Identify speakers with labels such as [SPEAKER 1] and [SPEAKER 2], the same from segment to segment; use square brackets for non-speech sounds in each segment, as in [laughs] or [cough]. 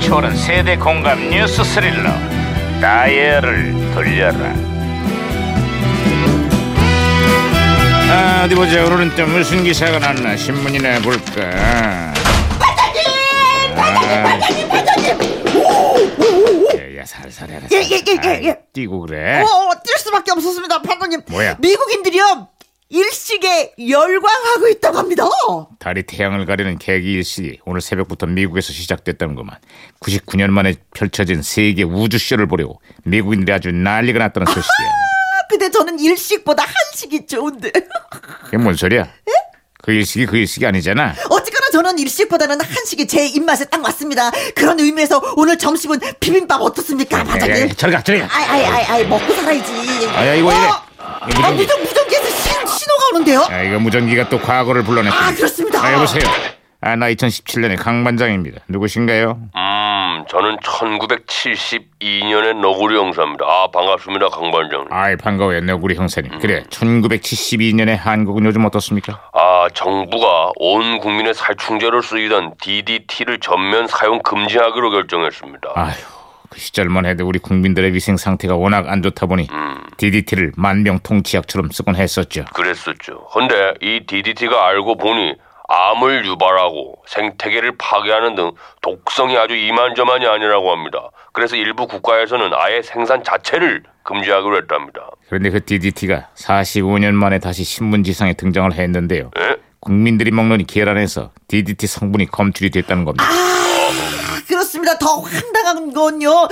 [SPEAKER 1] 초월한 세대 공감 뉴스 스릴러 다이얼을 돌려라 아, 어디 보자 오늘은 또 무슨 기사가 났나 신문이나
[SPEAKER 2] 아.
[SPEAKER 1] 볼까 반장님 반장님 반장님 야 살살해라
[SPEAKER 2] 예, 예, 예, 예, 예.
[SPEAKER 1] 아이, 뛰고 그래
[SPEAKER 2] 어, 뛸 수밖에 없었습니다, 판사님.
[SPEAKER 1] 뭐야?
[SPEAKER 2] 미국인들이요 일식에 열광하고 있다고 합니다. 어,
[SPEAKER 1] 달이 태양을 가리는 개기 일식이 오늘 새벽부터 미국에서 시작됐다는구만. 99년 만에 펼쳐진 세계 우주쇼를 보려고 미국인들이 아주 난리가 났다는 소식이야.
[SPEAKER 2] 아, 근데 저는 일식보다 한식이 좋은데. [laughs]
[SPEAKER 1] 그게 뭔 소리야? 그 일식이 그 일식이 아니잖아.
[SPEAKER 2] 어쨌거나 저는 일식보다는 한식이 제 입맛에 딱 맞습니다. 그런 의미에서 오늘 점심은 비빔밥 어떻습니까,
[SPEAKER 1] 야, 야,
[SPEAKER 2] 반장님?
[SPEAKER 1] 네, 저리 가, 저리 가.
[SPEAKER 2] 아이, 아이, 아이, 아이, 먹고 살아야지.
[SPEAKER 1] 아야, 이거
[SPEAKER 2] 어?
[SPEAKER 1] 이래.
[SPEAKER 2] 아,
[SPEAKER 1] 이거 무전기.
[SPEAKER 2] 무전, 무전기에서 신, 신호가 오는데요?
[SPEAKER 1] 야, 이거 무전기가 또 과거를 불러냈다.
[SPEAKER 2] 아, 그렇습니다.
[SPEAKER 1] 아, 네. 여보세요. 아, 나 2017년의 강반장입니다. 누구신가요?
[SPEAKER 3] 음, 저는 1972년의 너구리 형사입니다. 아, 반갑습니다, 강반장.
[SPEAKER 1] 아이, 반가워요. 너구리 형사님. 그래, 1972년의 한국은 요즘 어떻습니까?
[SPEAKER 3] 아, 정부가 온 국민의 살충제로 쓰이던 DDT를 전면 사용 금지하기로 결정했습니다.
[SPEAKER 1] 아휴, 그 시절만 해도 우리 국민들의 위생 상태가 워낙 안 좋다 보니 DDT를 만병통치약처럼 쓰곤 했었죠.
[SPEAKER 3] 그랬었죠. 근데 이 DDT가 알고 보니 암을 유발하고 생태계를 파괴하는 등 독성이 아주 이만저만이 아니라고 합니다. 그래서 일부 국가에서는 아예 생산 자체를 금지하기로 했답니다.
[SPEAKER 1] 그런데 그 DDT가 45년 만에 다시 신문지상에 등장을 했는데요.
[SPEAKER 3] 예?
[SPEAKER 1] 국민들이 먹는 계란에서 DDT 성분이 검출이 됐다는 겁니다.
[SPEAKER 2] 그렇습니다. 더 황당한 건요.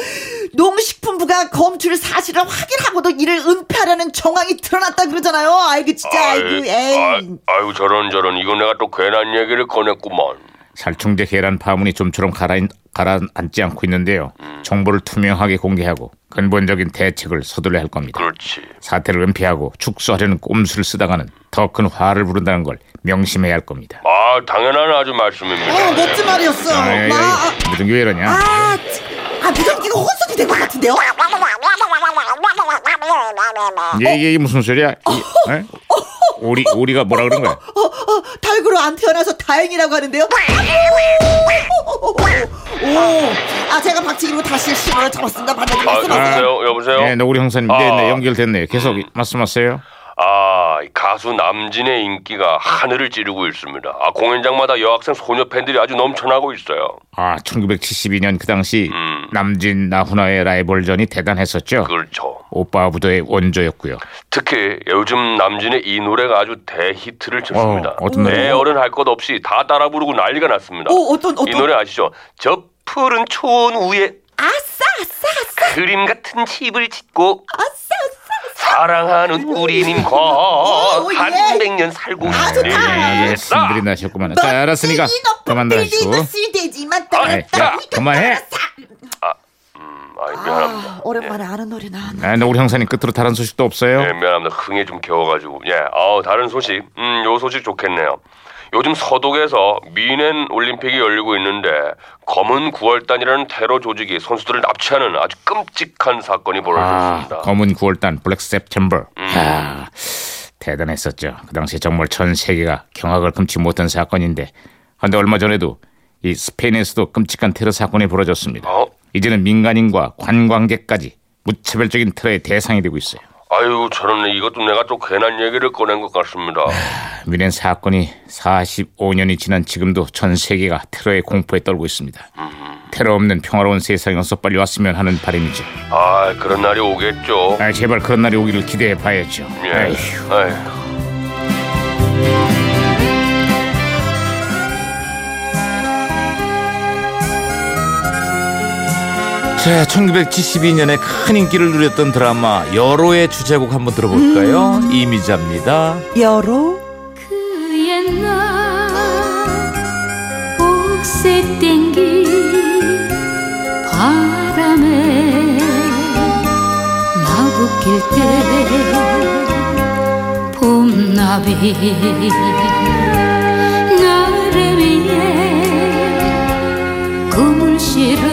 [SPEAKER 2] 농식품부가 검출 사실을 확인하고도 이를 은폐하려는 정황이 드러났다 그러잖아요. 아이고 진짜 아이고
[SPEAKER 3] 아,
[SPEAKER 2] 에이.
[SPEAKER 3] 아이고 저런 저런 이거 내가 또 괜한 얘기를 꺼냈구만.
[SPEAKER 1] 살충제 계란 파문이 좀처럼 가라인, 가라앉지 않고 있는데요. 정보를 투명하게 공개하고 근본적인 대책을 서둘러야 할 겁니다.
[SPEAKER 3] 그렇지.
[SPEAKER 1] 사태를 은폐하고 축소하려는 꼼수를 쓰다가는 더 큰 화를 부른다는 걸 명심해야 할 겁니다.
[SPEAKER 3] 아 당연한 아주 말씀입니다.
[SPEAKER 2] 어 멋진 말이었어.
[SPEAKER 1] 아, 야, 야,
[SPEAKER 2] 아,
[SPEAKER 1] 야, 무슨 게 왜 이러냐?
[SPEAKER 2] 아, 치- 아 무전기가 혼선이 된 것 같은데요. 어,
[SPEAKER 3] 아, 어.
[SPEAKER 1] 얘 예, 이게 무슨 소리야? 이- 에? 오리 오리가 뭐라 그런 거야?
[SPEAKER 2] 어, 어, 달구로 안 태어나서 다행이라고 하는데요. 오, 아 제가 박치기로 다시 신호를 잡았습니다. 반장님
[SPEAKER 3] 아,
[SPEAKER 2] 말씀하세요.
[SPEAKER 3] 여보세요, 여보세요.
[SPEAKER 1] 네, 너구리 형사님,
[SPEAKER 3] 아.
[SPEAKER 1] 네, 네, 연결됐네요. 계속 말씀하세요.
[SPEAKER 3] 아, 이 가수 남진의 인기가 하늘을 찌르고 있습니다. 아, 공연장마다 여학생 소녀 팬들이 아주 넘쳐나고 있어요.
[SPEAKER 1] 아, 1972년 그 당시
[SPEAKER 3] 음.
[SPEAKER 1] 남진 나훈아의 라이벌전이 대단했었죠.
[SPEAKER 3] 그렇죠.
[SPEAKER 1] 오빠 부도의 원조였고요.
[SPEAKER 3] 특히 요즘 남진의 이 노래가 아주 대히트를 쳤습니다.
[SPEAKER 1] 어, 어떤 노래요?
[SPEAKER 3] 내 어른 할 것 없이 다 따라 부르고 난리가 났습니다.
[SPEAKER 2] 오, 어떤,
[SPEAKER 3] 이
[SPEAKER 2] 어떤?
[SPEAKER 3] 노래 아시죠? 저 푸른 초원 위에
[SPEAKER 2] 아싸, 아싸, 아싸,
[SPEAKER 3] 그림 같은 집을 짓고
[SPEAKER 2] 아싸, 아싸.
[SPEAKER 3] 사랑하는 우리님과
[SPEAKER 2] 오, 예.
[SPEAKER 3] 한 백 년 살고 예,
[SPEAKER 2] 아, 좋다.
[SPEAKER 1] 네,
[SPEAKER 3] 싶습니다.
[SPEAKER 1] 신들이 나셨구만. 자, 알았으니까 그만 다시고.
[SPEAKER 2] 쓰대지만
[SPEAKER 1] 아이, 자, 그만해.
[SPEAKER 3] 아이, 미안합니다. 예.
[SPEAKER 2] 오랜만에 아는 노래 나왔네.
[SPEAKER 1] 아, 너구리 형사님 끝으로 다른 소식도 없어요?
[SPEAKER 3] 예, 미안합니다. 흥에 좀 겨워가지고. 예, 어, 다른 소식. 음, 요 소식 좋겠네요. 요즘 서독에서 미넨 올림픽이 열리고 있는데 검은 구월단이라는 테러 조직이 선수들을 납치하는 아주 끔찍한 사건이
[SPEAKER 1] 아,
[SPEAKER 3] 벌어졌습니다. 음.
[SPEAKER 1] 검은 9월단 블랙 셉템버. 아, 대단했었죠. 그 당시 정말 전 세계가 경악을 금치 못한 사건인데. 그런데 얼마 전에도 이 스페인에서도 끔찍한 테러 사건이 벌어졌습니다.
[SPEAKER 3] 어?
[SPEAKER 1] 이제는 민간인과 관광객까지 무차별적인 테러의 대상이 되고 있어요.
[SPEAKER 3] 아유, 저런 이것도 내가 또 괜한 얘기를 꺼낸 것 같습니다.
[SPEAKER 2] 네.
[SPEAKER 1] 미넨 사건이 45년이 지난 지금도 전 세계가 테러의 공포에 떨고 있습니다. 테러 없는 평화로운 세상이 어서 빨리 왔으면 하는 바람이죠.
[SPEAKER 3] 아, 그런 날이 오겠죠.
[SPEAKER 1] 아, 제발 그런 날이 오기를 기대해 봐야죠.
[SPEAKER 2] 네.
[SPEAKER 3] 예.
[SPEAKER 1] 에휴.
[SPEAKER 3] 아휴.
[SPEAKER 4] 자, 1972년에 큰 인기를 누렸던 드라마 여로의 주제곡 한번 들어볼까요? 이미자입니다.
[SPEAKER 2] 여로
[SPEAKER 5] 그 옛날 옥새 땡기 바람에 마구길 때 봄나비 나를 위해 꿈을 실어